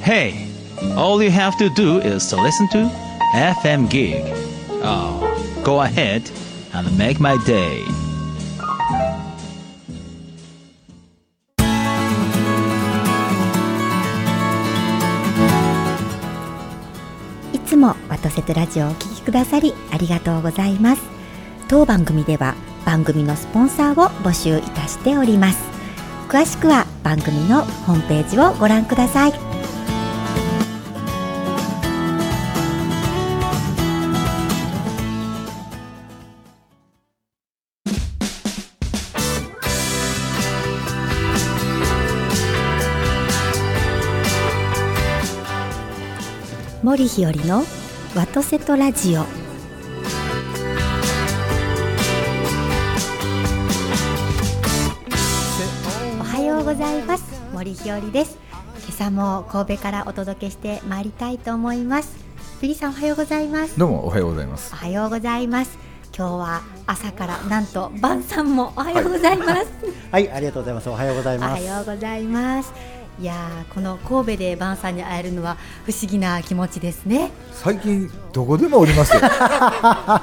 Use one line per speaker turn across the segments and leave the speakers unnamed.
Hey, all you have to do is to listen to FM Gig. Oh, go ahead and make my day.
いつもワトセトラジオをお聞きくださりありがとうございます。当番組では番組のスポンサーを募集いたしております。詳しくは番組のホームページをご覧ください。森ひよりのワトセトラジオ。おはようございます。森ひよりです。今朝も神戸からお届けしてまいりたいと思います。ピリさんおはようございます。
どうもおはようございます
お。はようございます。今日は朝からなんと晩餐もおはようございます。
はい、ありがとうございます。おはようござい
お
ま
は
す。
ようございます。いやーこの神戸で晩餐に会えるのは不思議な気持ちですね。
最近どこでもお りますよ。ま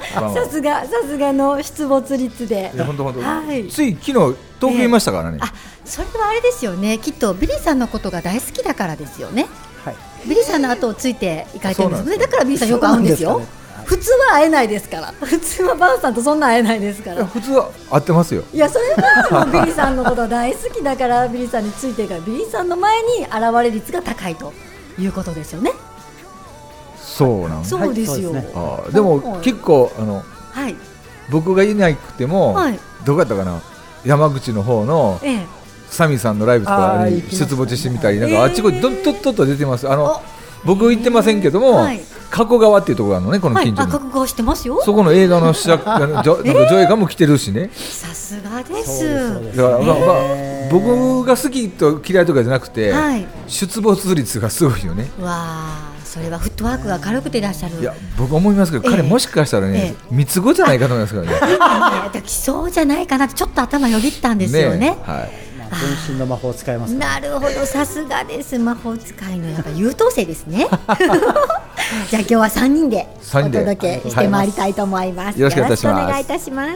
あ
さすがさすがの出没率で
い。や本当本当。
はい
つい昨日東京いましたからね。
あそれはあれですよね。きっとビリーさんのことが大好きだからですよね。
はい、
ビリーさんの後をついて行かれてるんですもんね。
そうなんですよ
だからビリーさんよく会うんですよ。
そうなんですかねはい
普通は会えないですから。普通は晩さんとそんな会えないですか
いや
ら。
普通は合ってますよ。
いやそれはもうビリーさんのこと大好きだから ビリーさんについてるからビリーさんの前に現れ率が高いということですよね。
そうなんです。
そうですよ。
そうですね
あーでも結構あの
はい
僕がいなくても、
はい
どこやったかな山口の方の
ええ。
サミさんのライブとか
あー
に
行きました
出没してみたりなん
えー
かあっちこっちどっとっとっと出てます。あの
お
僕行ってませんけども、
はい
加古川っていうところがあるのねこの
はい
近所
あ
に。
覚悟してますよ。
そこの映画の試写あ のじょなんか上映会も来てるしね。
さすがで。
そうですそうですす
だから、まあま
へ
あ、
ー
僕が好きと嫌いとかじゃなくて、
はい
出没率がすごいよね。
わあそれはフットワークが軽 くていらっしゃる。
いや僕思いますけど、彼
ええ
もしかしたら
え
ね、三つ子じゃないかと思いますからね。
ねだきそうじゃないかなってちょっと頭よぎったんですよね。
えはい。
まあ全身の魔法を使いますから。
なるほどさすがです魔法使いのやっぱ優等生です ねじゃあ今日は三人でお
三人で
届けしてまいりたいと思います、
はいよろしくお願いし
よ
ます
ろしくお願いいたします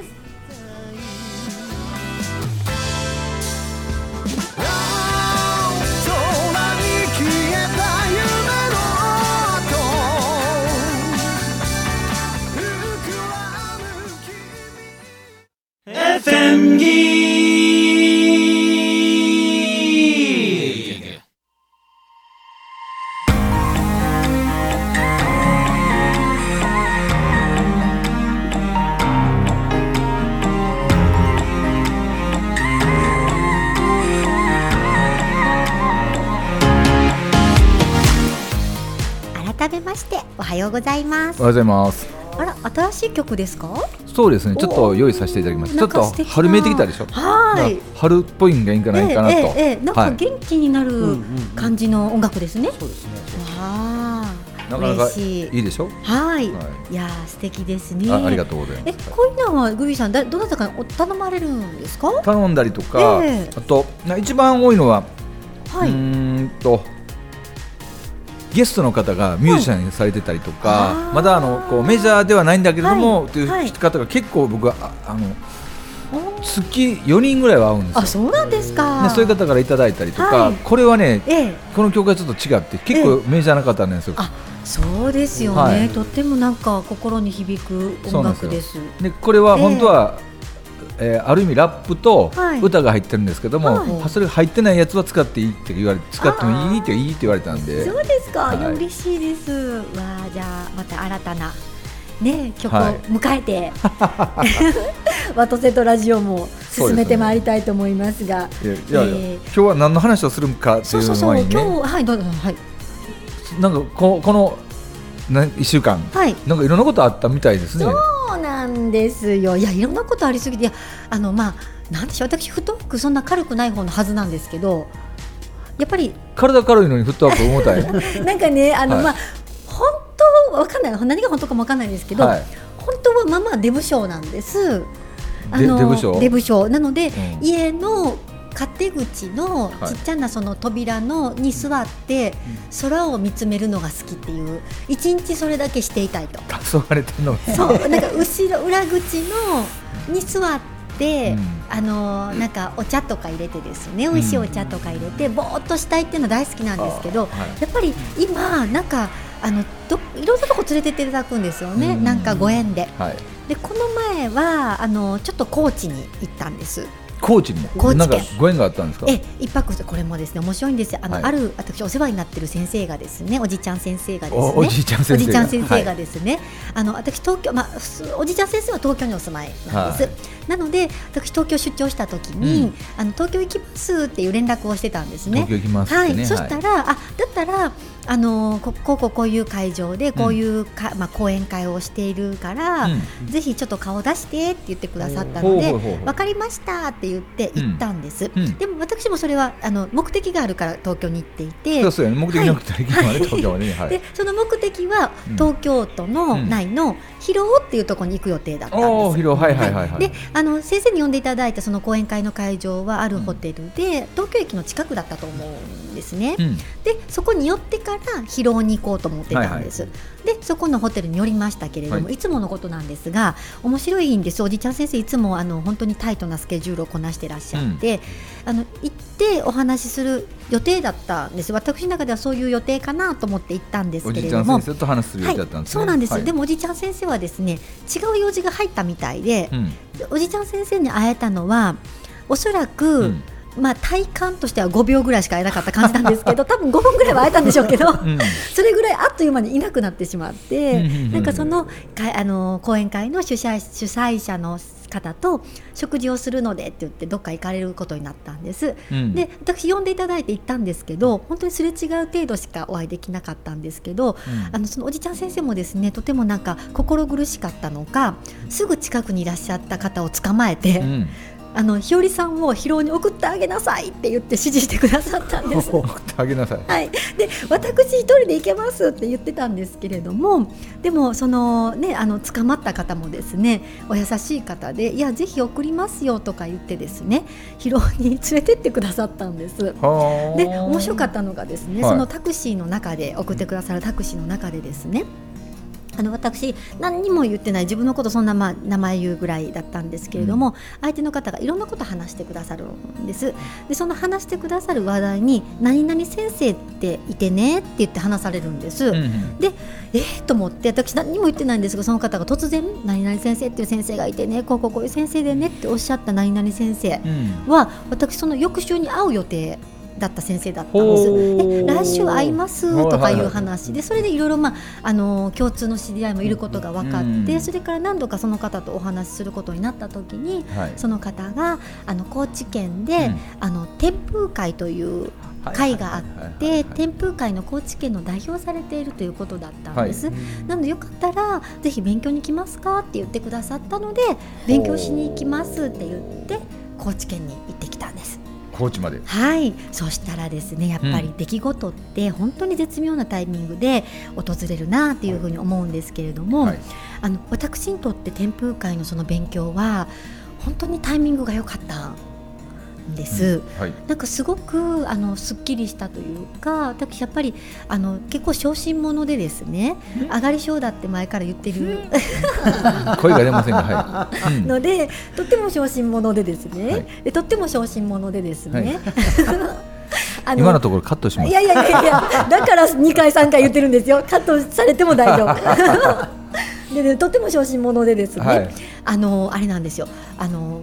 改めましておはようございま
お
す
はようございます。
あら新しい曲ですか
そうですね。ちょっと用意させていただきます。ち
な
ょ
ん
っ
か
と
素敵な
春めいてきたでしょ。
は
だから春っぽいんがいいんか
え
な
え
いかなと。
ええええなんか
はい。
元気になる感じの音楽ですね、
そ うですね。
わあ
なかなか
嬉し
い
い
いでしょ。
はい、、
はい
やー素敵ですね
あありがとうございま
え
す。
こういうのはグビーさんだどなたかにお頼まれるんですかは
頼んだりとか、
ええ
あとな一番多いのは、
いう
ーんとゲストの方がミュージシャンされてたりとか、
あー
まだあのこうメジャーではないんだけれども、
はい
とい
はいう
方が結構僕はああの
おー
月4人ぐらいは会うんですよ
あ、そうなんですか。
ね、そういう方からいただいたりとか、
はい
これはね
ええ、
この曲がちょっと違って結構メジャーな方なんですよ。
あ、そうですよね。
はい
とってもなんか心に響く音楽です。
でこれは本当は、えーある意味ラップと
はい
歌が入ってるんですけども、
はい
それが入ってないやつは使っていいって言われ使ってもいいっていいって言われたんで
そうですか。いや
はい
嬉しいです。わあ、じゃあまた新たなね曲を
はい
迎え て、 ワトセトラジオも進めてまいりたいと思いますが。
いやいやいや、
えー
今日は何の話をするんかって
そう
いう
そう
の
そう。
前
今
に
日
ね
はいどうぞはい
なんかここのな1週間、
はい。
なんかいろんなことあったみたいですね。
そうなんですよ。いや、いろんなことありすぎて、いや、あの、まあ、なんでしょう、私、太くそんな軽くない方のはずなんですけど。やっぱり、
体軽いのにフットワーク重たい。
なんかね、あの、
はい
まあ、本当、わかんない、何が本当かもわかんないんですけど。
はい
本当は、まあまあ、デブ症なんです。
でデブ症
デブ症なので、
ん
家の勝手口の
はい
ちっちゃなその扉のに座って空を見つめるのが好きっていう一日それだけしていたいと
黄昏れてるの
そうなんか後ろ裏口のに座って、
うん
あのなんかお茶とか入れてですね美味しいお茶とか入れてぼーっとしたいっていうの大好きなんですけど、
あはい
やっぱり今なんかあのどいろんなとこ連れてっていただくんですよね、
うん
なんかご縁で。
はい
でこの前はあのちょっと高知に行ったんです。
高知に
高知県
なんかご縁があったんですか
え一泊してこれもですね面白いんですよ。あの、
はい
ある私お世話になってる先生がですねおじちゃん先生がですね
おおじいちゃん
お
先生
じちゃん先生が
はい
ですね、あの私東京まあ普通おじちゃん先生は東京にお住まいなんです。
はい
なので私東京出張した時に、
うん
あの東京行きますっていう連絡をしてたんですね
東。京行きますっ
は
て
い、
ね
そしたら、あだったらあのここうこうこういう会場でこういうか、まあ講演会をしているから、
うん
ぜひちょっと顔出してって言ってくださった
ほ
の
うほ
で
うほうほう
わかりましたって言って行ったんです、
うん
でも私もそれはあの目的があるから東京に行っていて
そうそうよね目的なくて行きま
は
で
い
東京までねはい
でその目的は
うん
東京都の
うん
内の広尾っていうところに行く予定だったんです、
おお広はいはいはいは
はいい、であの先生に呼んでいただいたその講演会の会場はあるホテルで、東京駅の近くだったと思うんですね、
うん
でそこに寄ってから広尾に行こうと思ってたんです、
はい
でそこのホテルに寄りましたけれども、、
はい
つものことなんですが面白いんですおじちゃん先生いつもあの本当にタイトなスケジュールをこなしてらっしゃって、あの行ってお話しする予定だったんです私の中ではそういう予定かなと思って行ったんです
お
け
じ
れ
いち
ど
ゃん
も
先生と話する予定だったん
はい、
ですね
そうなんです、
はい
でもおじちゃん先生はですね違う用事が入ったみたいで
う、ん
おじちゃん先生に会えたのはおそらく、
うん
まあ、体感としては5秒ぐらいしか会えなかった感じなんですけ ど多分5分ぐらいは会えたんでしょうけど、
うん
それぐらいあっという間にいなくなってしまって、
うんうんうん
なんかそのかあの講演会の主催主催者の方と食事をするのでって言ってどっか行かれることになったんです。
うん
で私呼んでいただいて行ったんですけど本当にすれ違う程度しかお会いできなかったんですけど、
うん
あのそのおじちゃん先生もですねとてもなんか心苦しかったのかすぐ近くにいらっしゃった方を捕まえて、
うん
あの日和さんを疲労に送ってあげなさいって言って指示してくださったん です。
送ってあげなさい
はい、で私一人で行けますって言ってたんですけれどもでもそのねあの捕まった方もですねお優しい方でいやぜひ送りますよとか言ってですね疲労に連れてってくださったんです。
はあ
で面白かったのがですね、
はい
そのタクシーの中で送ってくださるタクシーの中でですねあの私何にも言ってない自分のことそんな、まあ、名前言うぐらいだったんですけれども、相手の方がいろんなこと話してくださるんですでその話してくださる話題に「何々先生っていてね」って言って話されるんです、
うんうん
えー、と思って私何にも言ってないんですがその方が突然「何々先生っていう先生がいてねこうこうこういう先生でね」っておっしゃった何々先生、
うん
は私その翌週に会う予定だった先生だったんです。で来週会いますとかいう話でそれでいろいろまああの共通の知り合いもいることが分か
うん
って
うん
それから何度かその方とお話しすることになった時に
はい
その方があの高知県で
うん
あの天風会という会があって天風会の高知県の代表されているということだったんです。なのでよかったらぜひ勉強に来ますかって言ってくださったので勉強しに行きますって言って高知県に行ってきたんです
高知まで
はいそしたらですねやっぱり出来事って本当に絶妙なタイミングで訪れるなっていうふうに思うんですけれども、
はい
あの私にとって天風会のその勉強は本当にタイミングが良かったんです。
はい
なんかすごくあのすっきりしたというか私やっぱりあの結構小心者でですね上がり症だって前から言ってる
声が出ませんがはい うん
のでとっても小心者でですね、
はい
でとっても小心者でですね、 あ
今のところカットしま
い
す
やいやいやいやだから2回3回言ってるんですよカットされても大丈 夫でねとっても小心者でですね、
はい
あのあれなんですよあの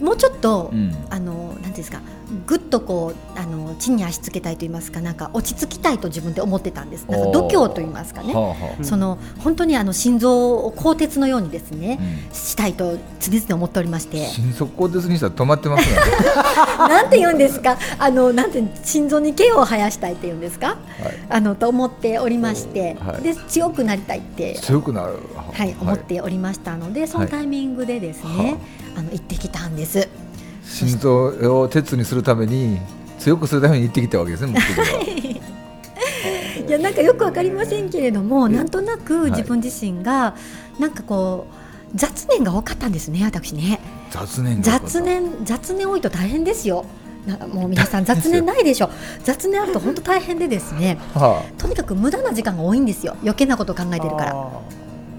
もうちょっと、
うん
あのなんていうんですかぐっとこうあの地に足つけたいと言いますかなんか落ち着きたいと自分で思ってたんですなんか
おー
度胸と言いますかね、
はあはあ
その本当にあの心臓を鋼鉄のようにです
う
ね、
ん
したいと常々思っておりまして
心臓鋼鉄にしたら止まってますね
なんて言うんですかあのなんて心臓に毛を生やしたいって言うんですか
はい
あのと思っておりまして、
はい
で強くなりたいって
強くなる
はい、思っておりましたので、そのタイミングでです
はい
ね、あの行ってきたんです。
心臓を鉄にするために強くするために行ってきたわけですね目的はい
や、なんかよくわかりませんけれども、なんとな
は
く
い
自分自身が、なんかこう。 雑念が多かったんですね、私ね。
雑念が多かった
雑念、雑念多いと大変ですよ。なもう皆さん雑念ないで しょ雑念あると本当大変でですね
は
とにかく無駄な時間が多いんですよ余計なことを考えてるから。
あ、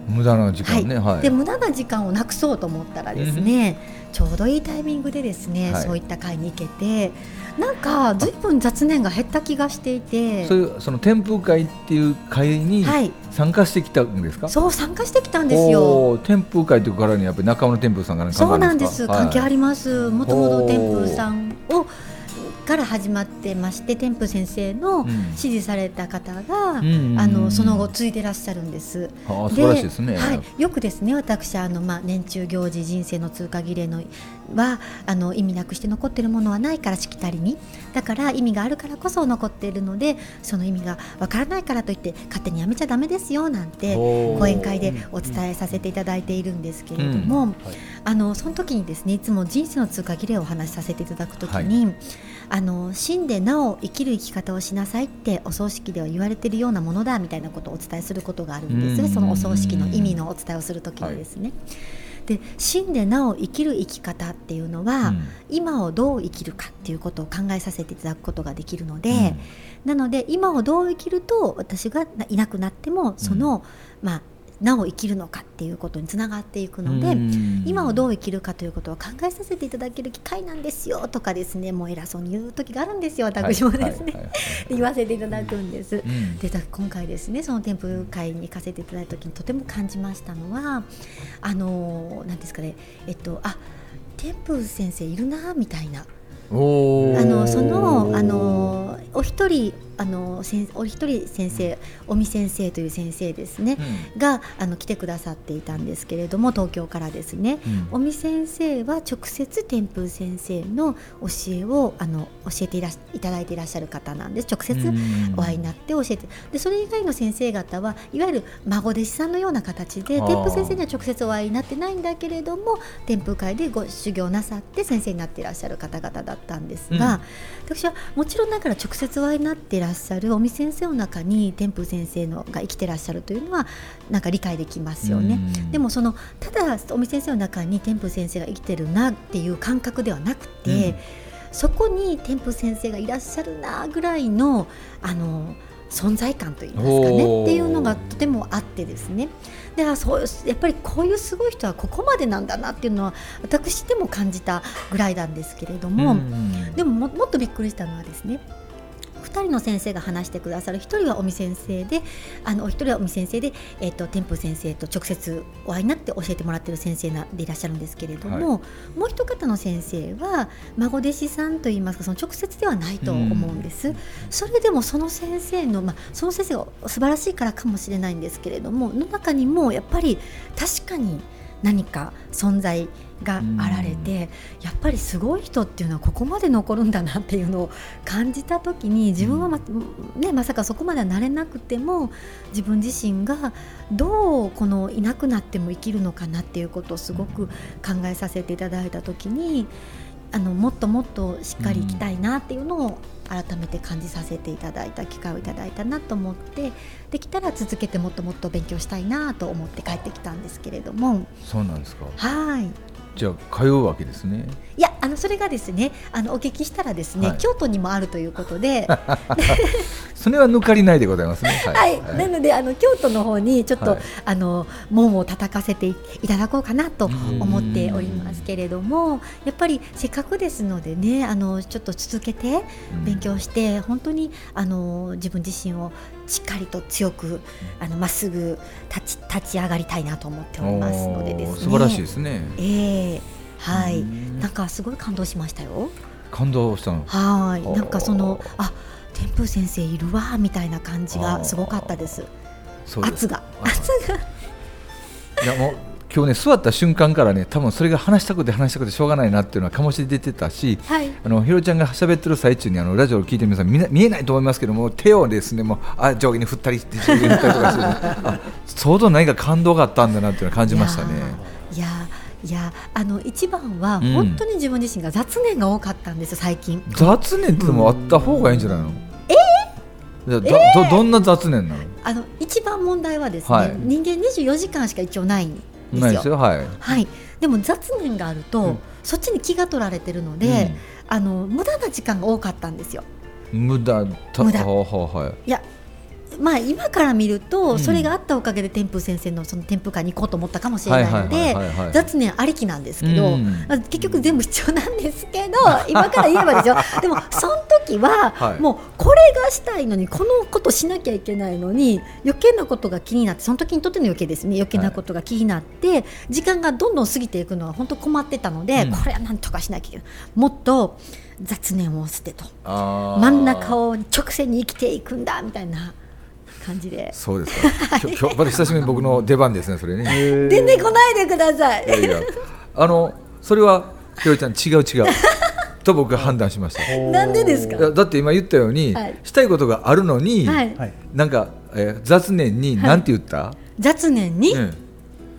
無駄な時間ね、はい。
で無駄な時間をなくそうと思ったらですね、ちょうどいいタイミングでですね、
はい
そういった会に行けてなんかずいぶん雑念が減った気がしていて
そういうその天風会っていう会に
はい
参加してきたんですか。
そう参加してきたんですよ。
おー。天風会というからにやっぱり中尾の天風さんがね関
そ
わ
う
る
なんん
で
ですす、
か。
関係あ
はい
りますもともと天風さんをから始まってまして天風先生の
うん
支持された方が、
うん
あのその後継いでらっしゃるんです。
ああ素晴らしいですね。
はい、よくですね私あの、まあ、年中行事人生の通過儀礼のはあの意味なくして残ってるものはないからしきたりにだから意味があるからこそ残っているのでその意味がわからないからといって勝手にやめちゃダメですよなんて
おー
講演会でお伝えさせていただいているんですけれども、
う
あのその時にですねいつも人生の通過儀礼をお話しさせていただく時に、あの死んでなお生きる生き方をしなさいってお葬式では言われているようなものだみたいなことをお伝えすることがあるんです
う
ね
ん
そのお葬式の意味のお伝えをする時にですね。で死んでなお生きる生き方っていうのは、
うん
今をどう生きるかっていうことを考えさせていただくことができるので、
うん
なので今をどう生きると私がいなくなってもその、まあ、なお生きるのかっていうことにつながっていくので、
うん
今をどう生きるかということを考えさせていただける機会なんですよとかですねもう偉そうに言う時があるんですよ私もですね、
はいはいはい
言わせていただくんです。
うん
でだ今回ですねその添付会に行かせていただいた時にとても感じましたのはあのなんですかねえっとあ添付先生いるなみたいな
おー
あのそのあのお一人あの先お一人先生尾身先生という先生ですね、があの来てくださっていたんですけれども東京からですね
うん
尾身先生は直接天風先生の教えをあの教えていらしいただいていらっしゃる方なんです直接
うん
お会いになって教えてでそれ以外の先生方はいわゆる孫弟子さんのような形で
あー
天風先生には直接お会いになってないんだけれども天風会でご修行なさって先生になっていらっしゃる方々だったんですが、私はもちろんながら直接お会いになっていらっしゃる尾身先生の中に天風先生のが生きてらっしゃるというのはなんか理解できますよね。
うん
でもそのただ尾身先生の中に天風先生が生きてるなっていう感覚ではなくて、
うん
そこに天風先生がいらっしゃるなぐらいのあの存在感といいますか
おー
ねっていうのがとてもあってですねであそうやっぱりこういうすごい人はここまでなんだなっていうのは私でも感じたぐらいなんですけれども。
うん
でもももっとびっくりしたのはですね2人の先生が話してくださる1人は尾身先生であのお一人は尾身先生で、えっと天風先生と直接お会いになって教えてもらってる先生なでいらっしゃるんですけれども、もう一方の先生は孫弟子さんといいますかその直接ではないと思うんです、それでもその先生の、まあ、その先生が素晴らしいからかもしれないんですけれどもの中にもやっぱり確かに何か存在があられて、やっぱりすごい人っていうのはここまで残るんだなっていうのを感じた時に自分はま,、ね、まさかそこまではなれなくても自分自身がどうこのいなくなっても生きるのかなっていうことをすごく考えさせていただいた時にあのもっともっとしっかり生きたいなっていうのを改めて感じさせていただいた機会をいただいたなと思ってできたら続けてもっともっと勉強したいなと思って帰ってきたんですけれども
そうなんですか。
はい。
じゃあ通うわけですね。
いやあのそれがですねあのお聞きしたらですね、
はい
京都にもあるということで、は、
それは抜かりないでございますね。はい
なのであの京都の方にちょっと、
はい
あの門を叩かせていただこうかなと思っておりますけれどもやっぱりせっかくですのでねあのちょっと続けて
うん
勉強して本当にあの自分自身をしっかりと強くあのまっすぐ立ち立ち上がりたいなと思っておりますのでです
おー
ね
素晴らしいですね。
ええはい
うん
なんかすごい感動しましたよ。
感動したの。
は
あ
い、
ー
なんかそのあ天風先生いるわみたいな感じがすごかったです。
そうです
圧が
あ
圧が
いやもう今日ね座った瞬間からね多分それが話したくて話したくてしょうがないなっていうのは醸し出てたし。
はい
あのひろちゃんが喋ってる最中にあのラジオを聞いてる皆さん見な見えないと思いますけども手をですねもうあ上下に振ったりして上下に振った りとかして、あ相当何か感動があったんだなっていうのを感じましたね。
いやーいやーあの一番は
うん
本当に自分自身が雑念が多かったんですよ最近。
雑念ってのもあった方がいいんじゃないの？ええどどどんな雑念なの？
あの一番問題はですね、
はい
人間24時間しか一応ないんです
ない
よ。
ですよはい。
はい、でも雑念があると、
うん
そっちに気が取られてるの
うん
で、あの無駄な時間が多かったんですよ。
無駄た
無駄
はあはい
やまあ今から見ると、
うん
それがあったおかげで天風先生のその天風館に行こうと思ったかもし
は
れ
い
ない
は
の
いはい
で
はいはい
雑念ありきなんですけど、
うん
まあ結局全部必要なんです けど今から言えばですよでもその時は、
はい
もうこれがしたいのにこのことしなきゃいけないのに余計なことが気になってその時にとっての余計ですね余計なことが気になって、時間がどんどん過ぎていくのは本当困ってたので、
うん
これはなんとかしなきゃいけないもっと雑念を捨てと。
あー
真ん中を直線に生きていくんだみたいな感じで
そうですかきょ今日また久しぶりに僕の出番ですねそれね
出てこないでくださ
いや
い
いやあのそれはひろりちゃん違う違うと僕が判断しましたい
なんでですか
やだって今言ったように、
はい
したいことがあるのに、
はい
はい。
なんか、えー雑念に何て言った、
雑念に、
うん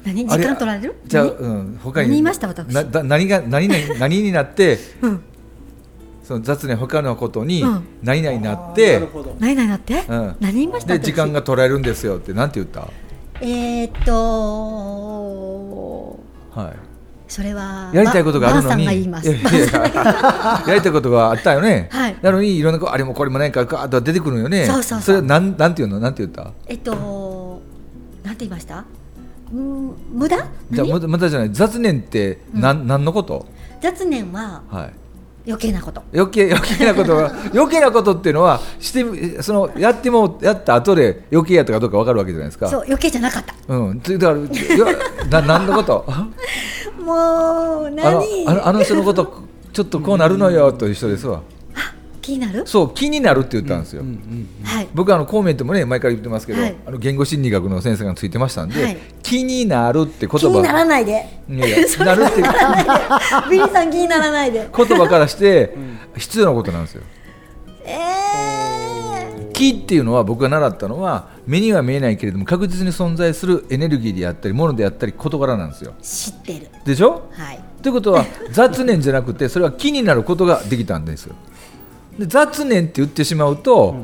何
あ
時
れ
間取られる
じゃあ、
何
うん、他に
何言いました私
なだ何が 何々何になって、
うん
その雑念他のことに
うん
何々になって、
なるほど。
何々なって、
うん
何言いました私
で時間が取られるんですよってなんて言った
えー、っと
は、
それはい
やりたいことがあるの
ばばあさん
に
が言います
いやいや やりたいことがあったよね、
はい
なのにいろんなこあれもこれもないからガーッと出てくるよね
そうそうそう
それはなんなんて言うのなんて言った
えっとなんて言いましたうん無駄
じゃあ
何
またまたじゃない雑念ってなん、何のこと、
雑念は
はい、
余計なこと
余計余計なこ とは余計なことっていうのはしてそのやってもやった後で余計やったかどうか分かるわけじゃないですか
そう余計じゃなかった
うん、つだからいやな何のこと あ
もう
の
何
あのあの人のことちょっとこうなるのよという人ですわ
気になる
そう気になるって言ったんですよ、
はい
僕あのコメントもね前から言ってますけど、
はい
あの言語心理学の先生がついてましたんで、
はい
気になるって言葉
気にならないで。
いやいや
それ
なるって
ならない でビリーさん気にならないで。
言葉からして必要なことなんですよ
え
気っていうのは僕が習ったのは目には見えないけれども確実に存在するエネルギーであったり物であったり事柄なんですよ
ー、知ってる。
でしょ
はい。
ということは雑念じゃなくてそれは気になることができたんですよで雑念って言ってしまうと、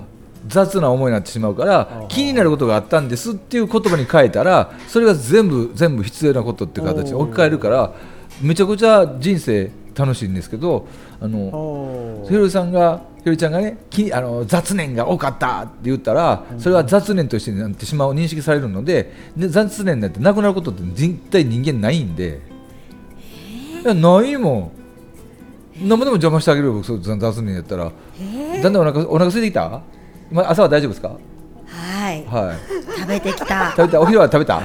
雑な思いになってしまうから気になることがあったんですっていう言葉に変えたらそれが全部全部必要なことっていう形に置き換えるからめちゃくちゃ人生楽しいんですけどあの
お
ひろりさんがひろりちゃんがねきあの雑念が多かったって言ったらそれは雑念としてなってしまう認識されるのでで雑念なんてなくなることって絶対人間ないんで、いやないもん何もでも邪魔してあげるよ僕そう雑念やったら、だんだんお腹お腹空いてきた今朝は大丈夫ですか
はい。
はい
食べてきた。
食べたお昼は食べた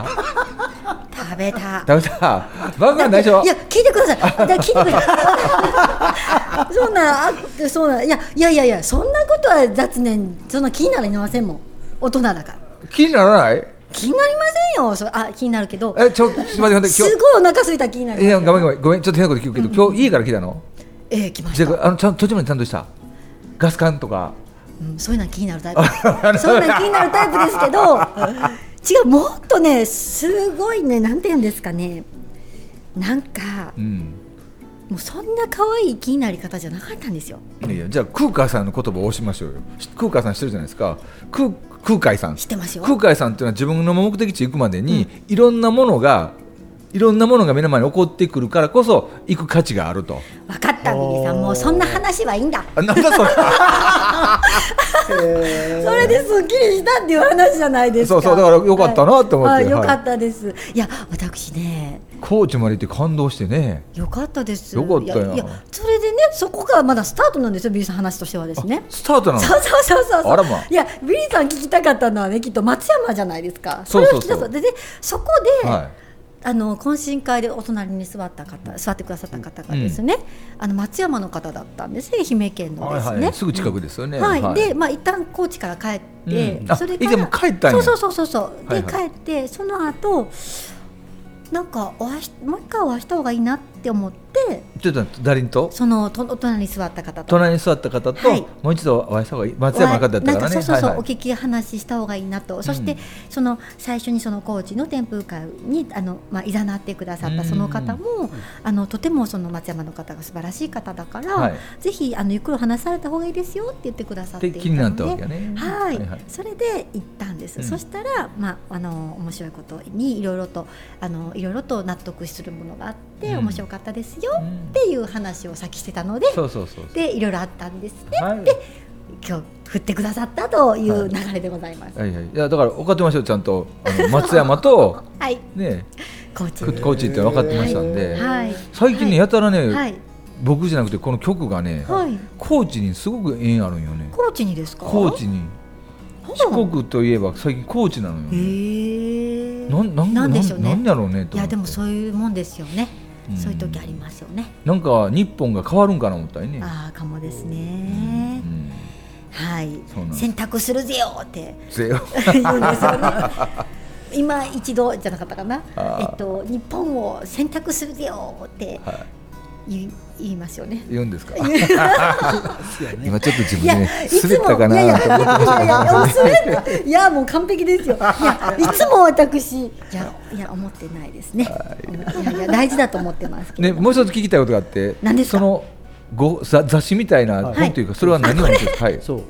食べた。
食べた晩ご飯内緒
いや聞いてください。 だから聞いてください。 そんなあそうなんいやいやいやいやそんなことは雑念そんな気になりませんもん。大人だから
気にならない
気になりませんよ。それあ気になるけど。
えちょちょっと待って待って今日
すごいお腹空いたら気になる。
いやごめんごめんごめんちょっと変なこと聞くけど、今日家から来たの
ええ来まし
じ
た
ゃ。ああのちゃん途中までちゃんとしたガス管とか
うんそういうのは気になるタイ プそういうのは気になるタイプですけ ど違うもっとねすごいねなんて言うんですかねなんか
うん
もうそんな可愛い気になり方じゃなかったんですよ
いやいやじゃあ空海さんの言葉を押しましょうよし空海さんしてるじゃないですか空空海さん
知ってますよ
空海さんっていうのは自分の目的地行くまでに、いろんなものがいろんなものが目の前に起こってくるからこそ行く価値があると
分かったミリさんもうそんな話はいいんだ
あなんだそ れ
へ
それですっきりしたっていう話じゃないですか
そうそうだからよかったなって思って
はいはい
はい
よかったです、い、や私ね
高知まで行って感動してね
よかったです
よかったよ
いやいやそれでねそこがまだスタートなんですよミリさん話としてはですね
スタートなの
そうそうそうそうそう
あらま
いやビリーさん聞きたかったのはねきっと松山じゃないですか
そうそうそう
れを聞き出すででそこで、
は
あの懇親会でお隣に座った方座ってくださった方がですね、あの松山の方だったんですね愛媛県
い、
のです
はいは
ね
い、すぐ近くですよね、
はい、で、まあ、一旦高知から帰って、
うんあ
それ
えでも帰ったん
そう
や
そうそうそうそう、
はい
で
は
帰ってその後なんかお会いしもう一回お会いした方がいいなって思って
ちょっと誰にと
そのとお隣に座った方と
隣に座った方と、
はい
もう一度お会いした方がいい松山の方だったか
なんか
ら
そ
ね
うそうそう、
はいはい
お聞き話した方がいいなとそして、
うん
その最初にそのコーチの天風会にあの、まあ、いざなってくださったその方も、あのとてもその松山の方が素晴らしい方だから、
はい
ぜひあのゆっくりお話しされた方がいいですよって言ってくださってい
で
たので
気になったわけやね
はい、
はいはい
それで行ったんです、
うん
そしたら、まあ、あの面白いことにいろいろとあのいろいろと納得するものがあって、
うん
面白かったですよっていう話をさっきしてたので
そうそうそう
でいろいろあったんですね
はい
今日振ってくださったという流れでございます。
はいはいいやだから分かってましたよちゃんとあ の松山と
はい、
ね
コーチ。
くコーチって分かってましたんで、
はい。
最近ねやたらね、
はい。
僕じゃなくてこの曲がね、
はい。
コーチにすごく縁あるんよね
コーチにですか。
コーチに
あそうなの
四国といえば最近コーチなのよ、ね
へえ。
なんなん
なんでしょう
な
ね
ん。やろうねと思って
いやでもそういうもんですよね。
うん
そういう時ありますよね。
なんか日本が変わるんかな思ったりね
ああかもです
う
ね。
ん
はい
そうなん。です
選択するぜよって
ぜよ
言うんですよ ね。今一度じゃなかったかな。
あ
え
ー
っと日本を選択するぜよって言い言いますよね。
言うんですか
よね
今ちょっと自
いや、
分で、ね、
いつ
滑っ
も
たか
いやいや
なと思ってました
いやいや滑ったいやもう完璧ですよ。いや、いつも私、いや、いや、思ってないですね。いやいや、大事だと思ってますけ
ね
ど。
もう一つ聞きたいことがあって
何ですか
そのござ雑誌みたいな、
はい
本というかそれは何なんですかはい
そう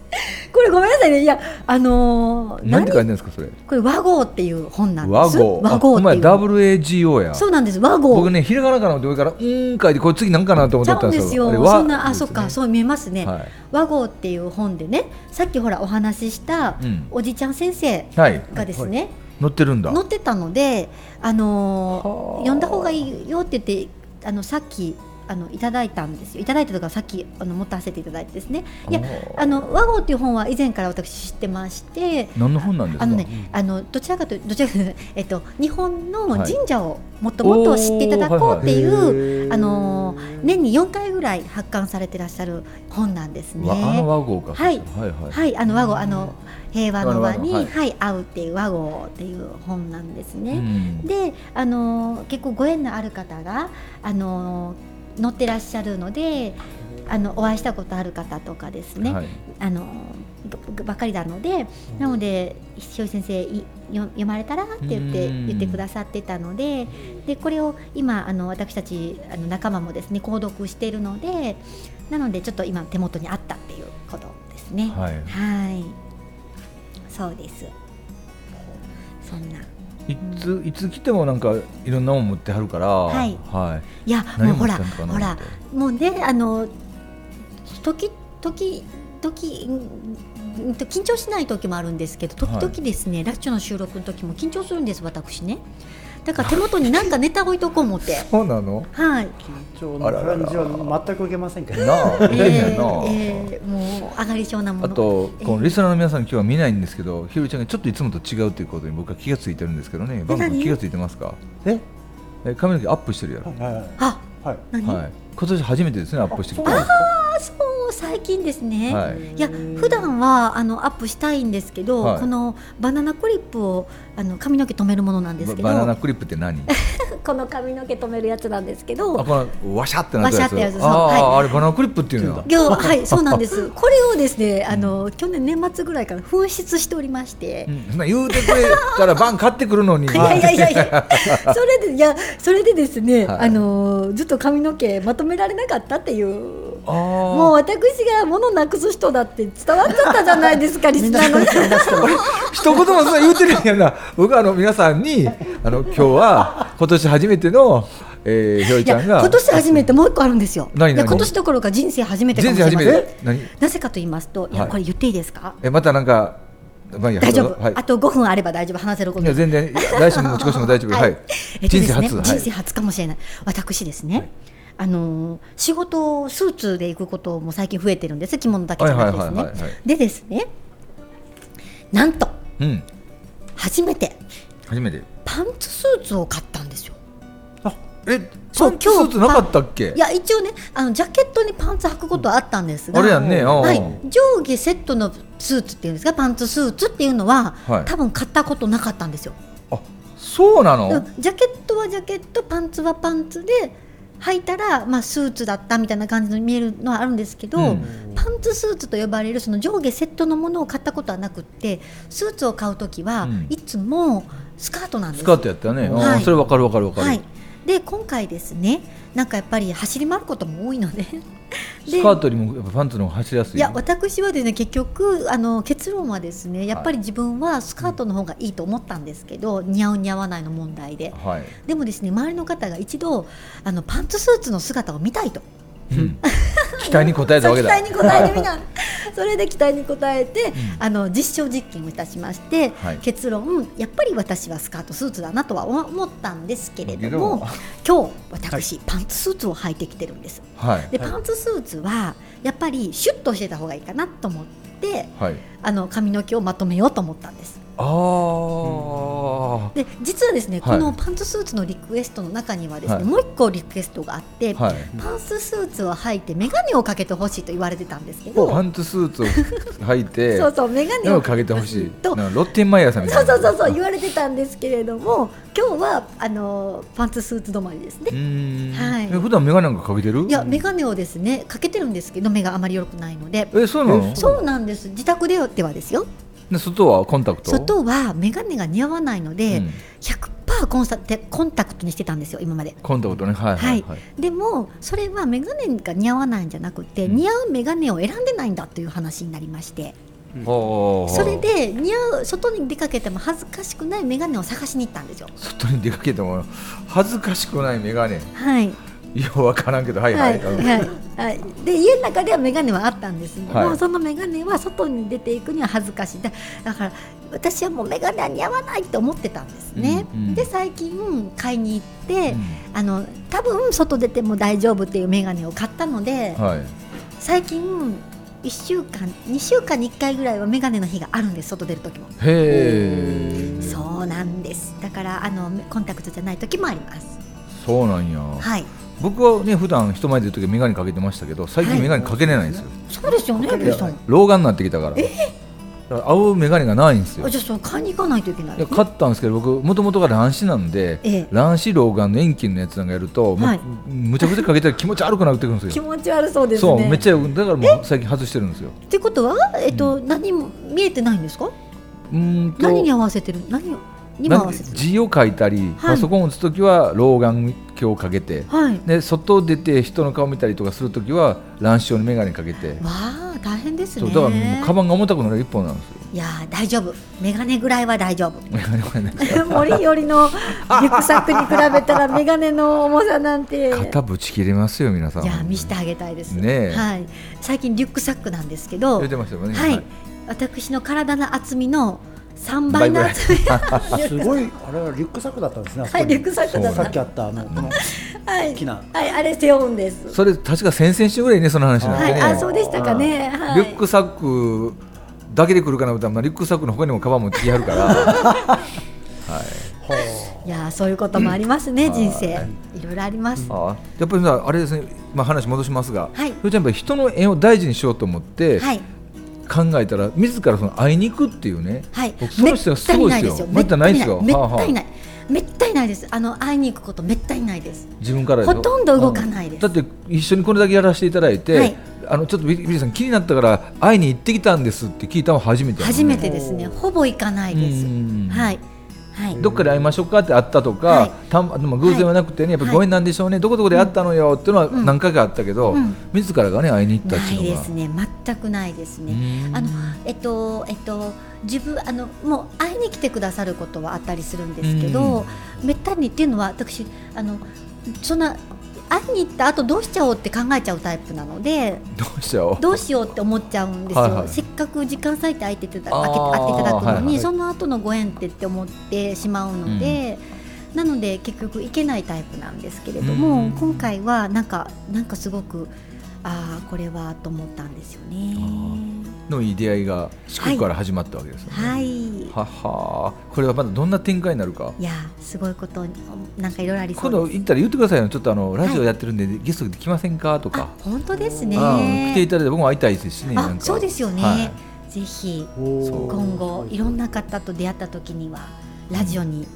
これごめんなさいね、いや、あのー、
なんて書
何
いてるんですかそれ
これ和号っていう本なんで
和
す。
号
和
あ
号っ
お
てい
前
う。
WAGO や
そうなんです。和号。
僕ねひらがなかなと思って上からうーん書いてこれ次何かなと思っ
ち
て
ゃ
た
うんん
で
ですすよ。
よあれ
そ
和
んな、あ、
です
そ
ね
っか、そう見えますね。
はい
和号っていう本でね、さっきほらお話しした
うん
おじちゃん先生
はい
がですね。
載ってるんだ
載ってたので、あのー
はあ
読んだ方がいいよって言ってあのさっきあのいただいたんですよいただいたとかさっきあの持たせていただいてですねいや
おー
あの和合っていう本は以前から私知ってまして
何の本なんですか
あのね、あのどちらかというどちらかというと、 えっと、日本の神社をもっと
はい
もっと知っていただこうってい、
おーはいう
へー
あのー年に4回ぐらい発刊されてらっしゃる本なんですね。
わあの和合か
はい
はいはい
はい、あの和語、あの平和の和に、
平
は
和の
い、合
和
うっていう和語っていう本なんです
う
ね。
ん
で、あのー結構ご縁のある方が、あのー乗ってらっしゃるので。あのお会いしたことある方とかですね、
はい
あのーばばかりなので、なので石尾先生いよ読まれたらって言って
うん
言ってくださってたので、でこれを今あの私たちあの仲間もですね購読しているので、なのでちょっと今手元にあったっていうことですね。
はい
はい。そうです。そんな。
いついつ来てもなんかいろんなもん持ってはるから
い
はい
や、もう
何持
ほ
っ
ら、
てんのかな
ほら
と、
もうね、あの。時、時、時。うんと緊張しない時もあるんですけど、時々ですね、ラッチョの収録の時も緊張するんです、私ね。だから手元になんかネタ置いとこう思 って。
そうなの
はい。
緊張の感じは全く受けませんけど
なあ
え
変や
ー
な
えー、もう上がり症なもの。
あと
えー
このリスナーの皆さん今日は見ないんですけどひろりちゃんがちょっといつもと違うということに僕は気がついてるんですけどねバン君
何
気がついてますか
え
え髪の毛アップしてるやろ
はいはいはい
あ、
はい
何。
はい今年初めてですねアップしてきた
あそうなんですか
あそう最近ですね、、
はい
や普段はあのアップしたいんですけど、
はい
このバナナクリップをあの髪の毛留めるものなんですけど
ババナナクリップって何あ
この髪の毛留めるやつなんですけど
このワシャってなったやつ
ワシャってやつそう
ああ、
は
あれバナナクリップっていうんだ
いやはいそうなんですこれをですねあの去年年末ぐらいから紛失しておりまして
う、んそんな言うてくれたらバン買ってくるのに
いやいやいやいやそれでいやそれでですね、
はい
あのずっと髪の毛まとめられなかったっていう
あ
もう
も
私が物なくす人だって伝わっちゃったじゃないです かリスナーの
一言もそんな言うてるんやんな僕はあの皆さんにあの今日は今年初めての、えー、ひろり
い
ちゃ
や
んが
今年初めてもう一個あるんですよ。
何何
いや今年どころか人生初めてか
人
もし
生
れま
初
せん
めて何
なぜかと言いますと、い、や
はい
これ言っていいですか。
えまたなんか、まあ、いいや
大丈
どう
夫、
ぞはい
あと5分あれば大丈夫話せるこ
い
と
や。全然いや来週も持ち越しても大丈夫はい、
えっと
人
で
生
すね
初、
人生初かもしれない。私ですね。あのー仕事をスーツで行くことも最近増えてるんです。着物だけじゃなくてです
はいはいはいはいは
ね。でですね。なんと
はい、うん
初めて
初めて
パンツスーツを買ったんですよ。
え
そ
パ
う
ンツスーツなかったっけ
いや一応ねあのジャケットにパンツ履くことはあったんですが、
あれやんねおう
はい、上下セットのスーツっていうんですかパンツスーツっていうのは、
はい
多分買ったことなかったんですよ、
あそうなの、
うんジャケットはジャケットパンツはパンツで履いたら、まあ、スーツだったみたいな感じの見えるのはあるんですけど、
うん
パンツスーツと呼ばれるその上下セットのものを買ったことはなくってスーツを買う時は、
うん
いつもスカートなんです
スカートやったよ
は
ね、
い
あーそれわかるわかるわかる、
はい、で今回ですねなんかやっぱり走り回ることも多いので
スカートよりもやっぱパンツの方が走りやすい
いや私はですね結局あの結論はですねやっぱり自分はスカートの方がいいと思ったんですけど、似合う似合わないの問題で、
はい、
でもですね周りの方が一度あのパンツスーツの姿を見たいと
うん、期待に応えたわけだ
そう期待に応えてみた それで期待に応えて、あの実証実験をいたしまして、
はい
結論やっぱり私はスカートスーツだなとは思ったんですけれども
だ
今日私、パンツスーツを履いてきてるんです
はい
で
はい
パンツスーツはやっぱりシュッとしてた方がいいかなと思って
はい
あの髪の毛をまとめようと思ったんです
ああ、
で実はですね、
はい
このパンツスーツのリクエストの中にはですね、
はい
もう一個リクエストがあって、
はい
パンツスーツを履いて眼鏡をかけてほしいと言われてたんですけど
パンツスーツを履いて
そうそう眼
絵
鏡
を
を
かけてほしい
と
なんかロッテンマイヤーさんみた
そ
いうな
そうそうそう言われてたんですけれども今日はあのパンツスーツ止まりですね
う。ーん、
はい
え普段メガネなんかかけてる
いや眼鏡をですねかけてるんですけど目があまり良くないので。
えそうなの
そうなんです自宅でではですよ
で外はコンタクト
外は眼鏡が似合わないので、
うん
100%コンサテコンタクトにしてたんですよ今まで
コンタクトねはいはい
は
はい、
でもそれは眼鏡が似合わないんじゃなくて、
うん
似合う眼鏡を選んでないんだという話になりまして
はあ
それで似合う外に出かけても恥ずかしくない眼鏡を探しに行ったんですよ
外に出かけても恥ずかしくないメガネ
はい
ようわからんけどはいは、
はいい、はい、はい、で、家の中では眼鏡はあったんですけど、
はい
その眼鏡は外に出ていくには恥ずかしい。だだから、私はもう眼鏡は似合わないと思ってたんですね。
うんうん
で、最近買いに行って、
う
あの、多分外出ても大丈夫っていう眼鏡を買ったので、
んはい
最近。1週間2週間に1回ぐらいは眼鏡の日があるんです外出る時も
へえそ
そうなんですだからあのコンタクトじゃない時もあります
うなんや、
はい
僕はね普段人前で出る時メガネかけてましたけど最近メガネかけれないんですよ、
そうですよねルイさん
老眼になってきたからだから合うメガネがないんですよ
あじゃあそう買いに行かないといけない
いや買ったんですけど僕もともとが乱視なんで、
ええ
乱視老眼の遠近のやつなんかやると、もう
はい
むちゃくちゃかけたら気持ち悪くなってくるんです
気
よ
持ち悪そうですね。
そうめっちゃだからもう最近外してるんですよ
ってことは、えっと、何も見えてないんですか。
うーんと
何に合わせてる、何を、にも合わせて
なん
る。
字を書いたり、パソコンを打つ時は老眼鏡をかけて、
はい。わ
で外出て人の顔見たりとかする時は乱視用の眼鏡かけて、
あ、大変です
そう
ね。
だからもうカバンが重たくなる一本なんですよ
いやー、大丈夫。メガネぐらいは大丈 夫。
眼鏡はね
森よりのリュックサックに比べた ら、メガネの重さなんて。
肩ぶち切れますよ皆さん
いや、見せてあげたいです。
ねえ
はい。最近リュックサックなんですけど。
言ってましたよね
はい。私の体の厚みの3倍の厚み。
すごいあれはリュックサックだったんですね。あそ
は
こ
い、
に
リュックサックだ
さ
っ
っきあったあの、この
た。 はい。
大きな
はい、あれ背負うんです。
それ確か先々週ぐらいねその話になっ
は
て
い、
ね、
あ、そうでしたかね。はい、
リュックサックだけで来るかなと思ったらまあリュックサックの他にもカバンも付きはるから
いやーそういうこともありますね、人生いろいろあります、
ああやっぱりさあれですね、まあ、話戻しますが、
はい
それじゃやっぱり人の縁を大事にしようと思って
はい
考えたら、自らその会いに行くっていうね、
はい
僕その人はすごいですよめったにないですよ
めっ
はあはあ
たにないめったにないですあの会いに行くことめったにないです
自分からや
ほとんど動かないです
うんだって一緒にこれだけやらせていただいて、
はい
あのちょっとビリビリさん気になったから会いに行ってきたんですって聞いたの初めて、
初めてですねほぼ行かないです
うん
はいはい
どっかで会いましょうかって会ったとか、
はい
たんでも偶然はなくてね、やっぱ
は
り
い
ご縁なんでしょうね、どこどこで会ったのよっていうのは何回かあったけど、
うん
自らがね会いに行ったっ
な
てい
いう
の
で
が
すね全くないですね
うん
あのえっとえっと自分あのもう会いに来てくださることはあったりするんですけどめったにっていうのは私あのそんな会いに行った後どうしちゃおうって考えちゃうタイプなので
どうしよう
どうしようって思っちゃうんですよ、
はいはい
せっかく時間割いて空いててた
あー
空け空けていただくのに、
はいはい
その後のご縁ってって思ってしまうので、なので結局行けないタイプなんですけれども、
うん
今回はなんかなんかすごくああこれはと思ったんですよね
あ。のいい出会いが四国から始まったわけですよね、
はい、い
ははこれはまだどんな展開になるか
やすごいことなんかいろいろありそ
今
う
度
です。
行ったら言ってくださいよちょっとあのラジオやってるんで、ゲストで来ませんかと
あ
か、
本当ですね。
うん来ていただいて僕も会いたいですしねな
あ
んか
そうですよね。
はい
ぜひ
そう
今後いろんな方と出会った時にはラジオに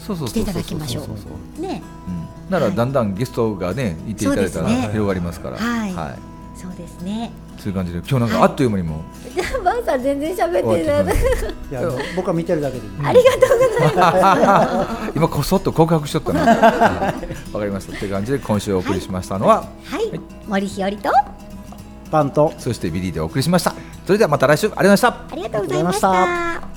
そうそうそうそう
来ていただきましょう
そうそうそう
ね。
うんならだんだんゲストがねいていただいた
そ
ら
うですね
広がりますから、
はい
はい
そうですね。
そういう感じで今日なんかあっという間にも
バンさん全然喋ってない。
いや僕は見てるだけでいい。
ありがとうございます。
う 今こそっと告白しとったなはいわかりましたって感じで今週お送りしましたのは、
はい、森ひよりと
パンと
そしてビリーでお送りしましたそれではまた来週ありがとうございました
ありがとうご
ご
ざ
ざ
い
い
ま
ま
し
した
た。